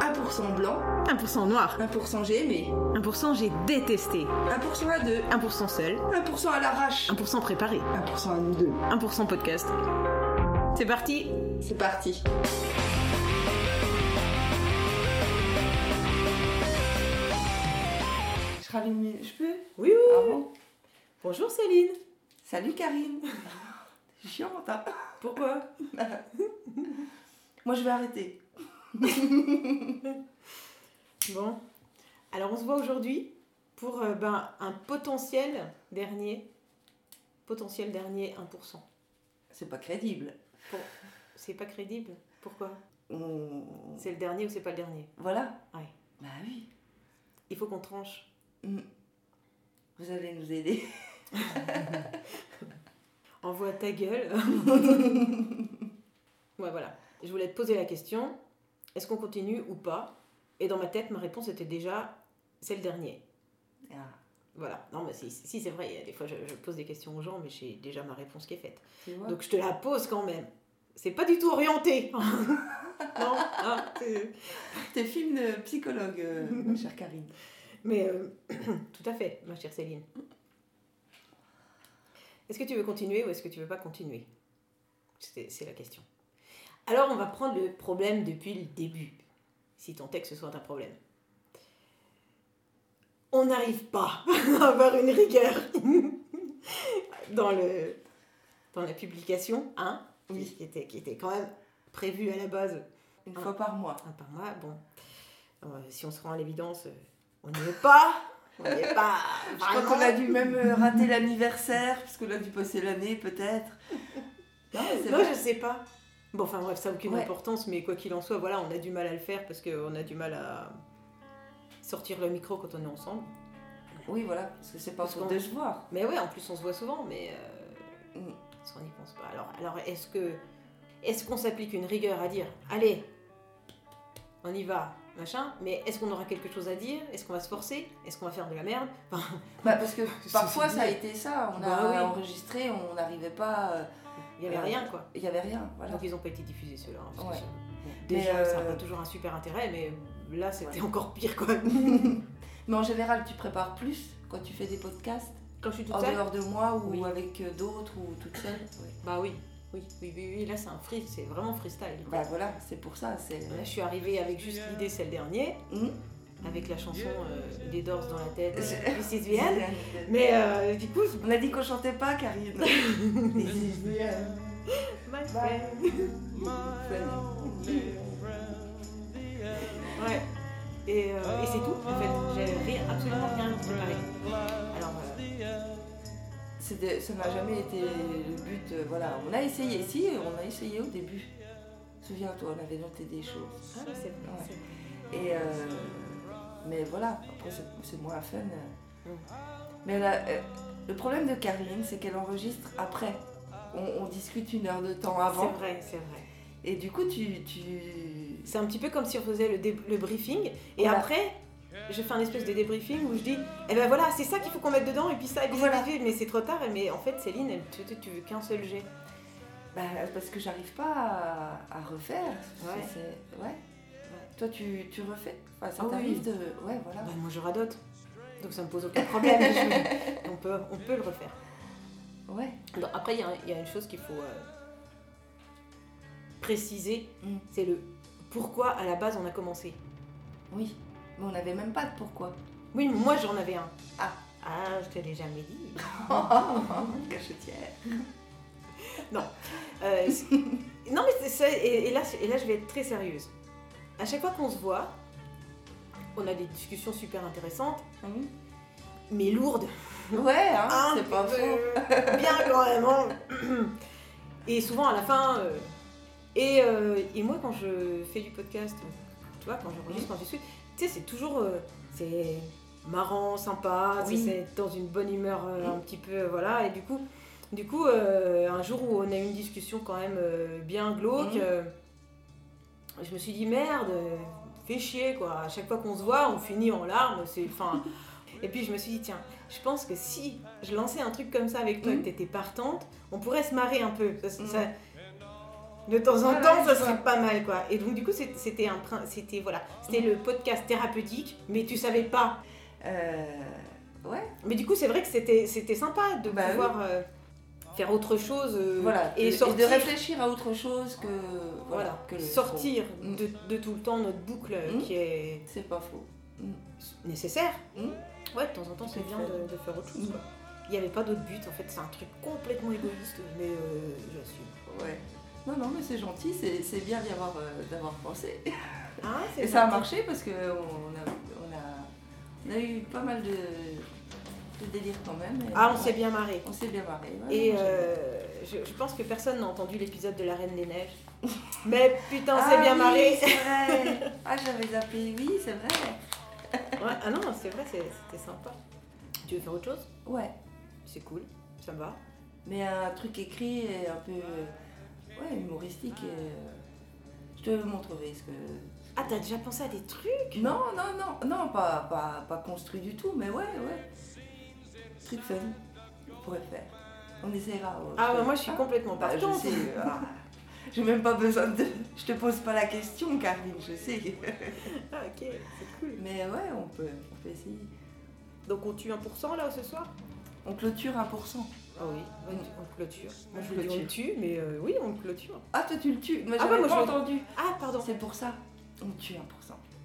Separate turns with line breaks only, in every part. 1% blanc,
1% noir,
1% j'ai aimé,
1% j'ai détesté,
1% à deux,
1% seul,
1% à l'arrache,
1% préparé,
1% à nous deux.
1% podcast. C'est parti
C'est parti. Je rallume, je peux
Oui, oui
Ah bon
Bonjour Céline
Salut Karine T'es Chiante, hein
Pourquoi
Moi je vais arrêter.
Bon, alors on se voit aujourd'hui pour euh, ben, un potentiel dernier, potentiel dernier 1%.
C'est pas crédible.
C'est pas crédible Pourquoi
On-
C'est le dernier ou c'est pas le dernier
Voilà.
Ouais.
Bah oui.
Il faut qu'on tranche.
Vous allez nous aider.
Envoie ta gueule. ouais, voilà. Je voulais te poser la question est-ce qu'on continue ou pas Et dans ma tête, ma réponse était déjà c'est le dernier.
Ah,
Voilà. Non, mais si, si, c'est vrai, il y a des fois je, je pose des questions aux gens, mais j'ai déjà ma réponse qui est faite.
tu vois
Donc je te la pose quand même. C'est pas du tout orienté. non hein, c'est-
Tes films de psychologue, euh, ma chère Karine.
Mais euh, tout à fait, ma chère Céline. Est-ce que tu veux continuer ou est-ce que tu veux pas continuer C'est c'est la question. Alors, on va prendre le problème depuis le début, si tant est que ce soit un problème. On n'arrive pas à avoir une rigueur dans, le, dans la publication, hein
Oui.
qui, était, qui était quand même prévue à la base
Une
Ah.
fois par mois.
un par mois, bon, euh, si on se rend à l'évidence, euh, on n'y est pas. On n'y est pas.
Je crois qu'on a dû même euh, rater l'anniversaire, parce qu'on a dû passer l'année peut-être. Non, mais c'est
Non,
vrai.
je sais pas. Bon, enfin bref, ça n'a aucune
Ouais.
importance, mais quoi qu'il en soit, voilà, on a du mal à le faire parce qu'on a du mal à sortir le micro quand on est ensemble.
Oui, voilà, parce que c'est pas
Parce
pour
qu'on-
de se voir.
Mais ouais, en plus, on se voit souvent, mais euh,
Mm.
ça, on n'y pense pas. Alors, alors est-ce que est-ce qu'on s'applique une rigueur à dire, allez, on y va, machin, mais est-ce qu'on aura quelque chose à dire Est-ce qu'on va se forcer Est-ce qu'on va faire de la merde Enfin,
Bah, parce que
c'est
parfois,
bien.
ça a été ça. On a
Bah oui.
enregistré, on n'arrivait pas. euh,
Il n'y avait
Euh,
rien, quoi.
Il y avait rien, voilà.
Donc ils n'ont pas été diffusés ceux-là. hein, parce que
Ouais.
ça- bon,
Mais,
déjà, ça n'a
euh,
pas toujours un super intérêt, mais là, c'était encore pire, quoi.
Mais en général, tu prépares plus quand tu fais des podcasts,
Quand je suis toute
en
seule
dehors de moi ou
Oui.
avec euh, d'autres ou toute seule.
Bah oui, oui, oui, oui, oui, là, c'est un free, c'est vraiment freestyle.
Bah voilà, c'est pour ça. C'est...
Là, je suis arrivée avec juste l'idée, c'est le dernier,
Hmm
avec la chanson euh, des Doors dans la tête, euh,
Je-
This is the end. Mais euh, du coup, je-
On a dit qu'on chantait pas, Karine.
My friend. Ouais. Et, euh, et c'est tout, en fait. J'ai rien, absolument rien préparé. Alors, euh,
C'est de- ça n'a jamais été le but. euh, voilà, on a essayé. Si, on a essayé au début. Souviens-toi, on avait noté des choses.
ah, c'est vrai,
Ouais.
c'est vrai.
Et euh, mais voilà, après c'est- c'est moins fun. euh.
Mm.
Mais là, euh, le problème de Karine, c'est qu'elle enregistre après. On, on discute une heure de temps
C'est
avant.
vrai, c'est vrai.
Et du coup, tu, tu...
C'est un petit peu comme si on faisait le, dé- le briefing et
Voilà.
après je fais un espèce de débriefing où je dis eh ben voilà c'est ça qu'il faut qu'on mette dedans et puis ça et puis ça,
Voilà.
et puis- mais c'est trop tard mais en fait Céline elle, tu, tu- tu veux qu'un seul jet
Bah, parce que j'arrive pas à, à refaire.
Ouais.
C'est- c'est- ouais. Toi, tu, tu refais. Enfin, ça
Ah oui.
t'arrive de. Ouais, voilà.
Bah, moi je radote donc ça me pose aucun problème je- on peut on peut le refaire
Ouais.
Non, après il y, a un- il y a une chose qu'il faut euh, préciser
Mm.
c'est le pourquoi à la base on a commencé
Oui. Mais on n'avait même pas de pourquoi.
oui mais moi j'en avais un
Ah.
ah je te l'ai jamais dit Ah
Cachetière.
Euh, c'est- non, mais c'est ça, et, et là, et là, je vais être très sérieuse. À chaque fois qu'on se voit, on a des discussions super intéressantes,
Mhm.
mais lourdes.
Ouais, hein,
Ah,
c'est pas faux.
euh, Bien quand même. hein. Et souvent à la fin. euh, et, euh, et moi, quand je fais du podcast, tu vois, quand j'enregistre, quand je suis, tu sais, c'est toujours. euh, c'est marrant, sympa, tu sais,
Oui.
c'est dans une bonne humeur euh,
Mm.
un petit peu, euh, voilà. Et du coup, du coup euh, un jour où on a eu une discussion quand même euh, bien glauque,
Mm.
euh, je me suis dit merde, euh, fais chier quoi. À chaque fois qu'on se voit, on finit en larmes, c'est. Enfin. Et puis je me suis dit, tiens, je pense que si je lançais un truc comme ça avec toi et
Mhm.
que t'étais partante, on pourrait se marrer un peu. Ça, ça-
Mhm.
ça- De temps en
Voilà,
temps, ça
c'est
serait
ça.
pas mal, quoi. Et donc, du coup, c'est- c'était un prin- c'était voilà, c'était le podcast thérapeutique, mais tu savais pas.
Euh, ouais.
Mais du coup, c'est vrai que c'était c'était sympa de
Bah
pouvoir euh, faire autre chose euh,
Voilà.
et, sortir.
de réfléchir à autre chose que. Voilà.
voilà,
que le
sortir
Mm.
de, de tout le temps notre boucle euh,
Mm.
qui est
C'est pas faux.
nécessaire.
Mm.
Ouais, de temps en temps,
Tout
c'est
à
bien
fait.
de, de faire autre chose.
Mm.
quoi. Il n'y avait pas d'autre but, en fait. C'est un truc complètement égoïste, mais euh, j'assume.
Ouais. Non, non, mais c'est gentil, c'est c'est bien d'y avoir, euh, d'avoir pensé.
Hein, c'est
Et ça a
gentil.
marché parce qu'on a, on a, on a eu pas mal de, de délire quand même. Et
Ah, on
ouais,
s'est bien marré.
On s'est bien marré. ouais,
Et
non, j'aime
euh, je, je pense que personne n'a entendu l'épisode de la Reine des Neiges. Mais putain, on s'est
Ah
bien
oui,
marré.
c'est vrai. Ah, j'avais zappé, oui, c'est vrai.
Ouais, ah non, c'est vrai, c'est- c'était sympa. Tu veux faire autre chose
Ouais,
C'est cool, ça me va.
mais un truc écrit et un peu euh, ouais, humoristique. et, euh, je te montrerai ce que.
Ah, t'as déjà pensé à des trucs
Non, non, non, non, pas, pas, pas construit du tout, mais ouais, ouais. Truc fun, on pourrait faire. On essaiera. ouais.
Ah, bah, moi je suis
Ah,
complètement
bah, je
partante.
sais. ah, J'ai même pas besoin de. Je te pose pas la question, Karine, je sais.
Ah, ok, c'est cool.
Mais ouais, on peut, on peut essayer.
Donc on tue 1% là ce soir
On clôture 1%.
Ah oui, on,
Mm.
on clôture.
On
Moi je le dis on le
clôture.
tue, mais euh, oui, on le clôture.
Ah, toi, tu le tues. Moi,
Ah
j'avais
ouais, moi,
pas
je-
entendu.
Ah, pardon.
C'est pour ça. On tue 1%.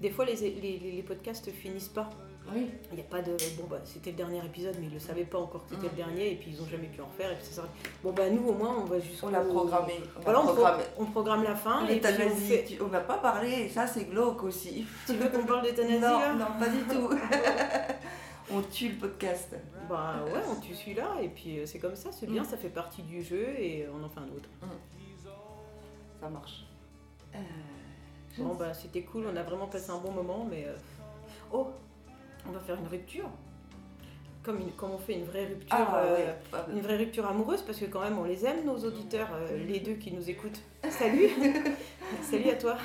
Des fois les, les, les- les podcasts finissent pas.
Oui.
Il n'y a pas de. Bon, bah, c'était le dernier épisode, mais ils le savaient pas encore que c'était
Mm.
le dernier, et puis ils ont jamais pu en refaire, et puis c'est sorti. Bon, bah, nous, au moins, on va jusqu'au.
On l'a programmé. On
Voilà,
l'a
on, pro-
programmé.
on programme la fin, et puis on
L'euthanasie,
fait.
tu- on n'a pas parlé, ça c'est glauque aussi.
Tu veux qu'on parle d'euthanasie, là
Non, non, pas du tout. on tue le podcast.
Bah, ouais, on tue celui-là, et puis euh, c'est comme ça, c'est bien, ça fait partie du jeu, et euh, on en fait un autre.
Ça marche. Euh, je
Bon,
ne sais-
bah, c'était cool, on a vraiment passé un bon moment, mais. euh, Oh On va faire une rupture comme, une- comme on fait une vraie rupture.
Ah,
euh,
ouais. Ah, bah,
Une vraie rupture amoureuse parce que quand même on les aime nos auditeurs, euh, les deux qui nous écoutent. Salut Salut à toi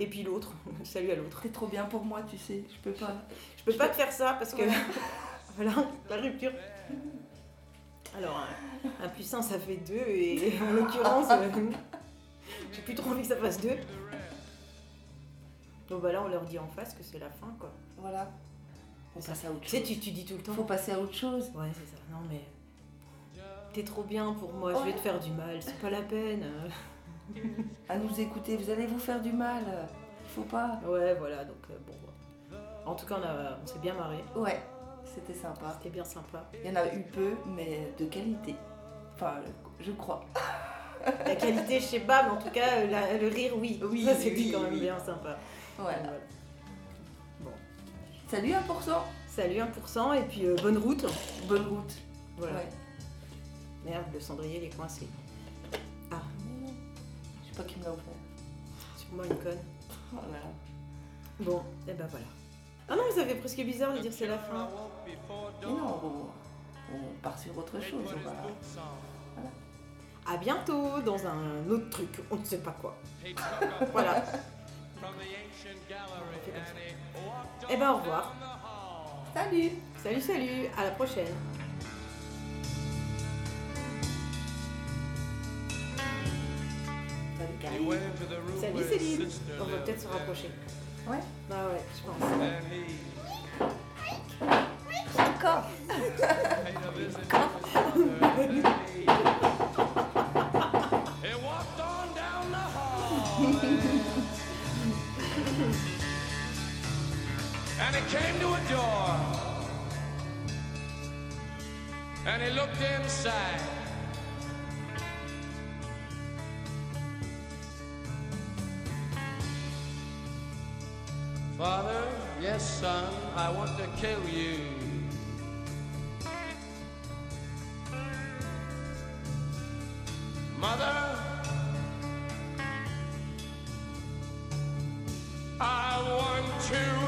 Et puis l'autre, salut à l'autre.
T'es trop bien pour moi, tu sais, je peux pas.
Je peux pas te faire ça parce que voilà, la rupture. Alors un, un plus un ça fait deux et en l'occurrence euh, j'ai plus trop envie que ça fasse deux. Donc bah là on leur dit en face que c'est la fin quoi.
Voilà. On passe à autre
Tu sais
chose.
tu, tu dis tout le temps.
Faut passer à autre chose.
Ouais c'est ça, non mais t'es trop bien pour moi, je vais te faire du mal, c'est pas la peine.
À nous écouter, vous allez vous faire du mal. Faut pas.
Ouais, voilà, donc euh, bon. En tout cas, on, a- on s'est bien marré.
Ouais, c'était sympa.
C'était bien sympa.
Il y en a eu peu, mais de qualité. Enfin, je crois.
La qualité, je sais pas, mais en tout cas, euh, la- le rire, oui.
Oui,
ça c'était
oui,
quand même
oui.
bien sympa. Donc,
Voilà.
voilà.
Salut 1%.
Salut 1% et puis euh, bonne route.
Bonne route.
Voilà.
Ouais.
Merde, le cendrier, il est coincé.
Je sais pas qui me l'a offert.
C'est pour moi une conne.
Oh là là.
Bon, et ben voilà. Ah non, mais ça fait presque bizarre de dire c'est la fin.
Mais non, on, on part sur autre chose. on va-
À bientôt dans un autre truc, on ne sait pas quoi. voilà. On fait comme ça. Eh ben au revoir.
Salut
Salut, salut, à la prochaine.
Salut Karine.
Salut Céline On va peut-être se rapprocher.
Ouais.
Bah ouais, je pense.
Encore
He walked on down the hall. and he came to a door. And he looked inside. Father, yes, son, I want to kill you. Mother, I want to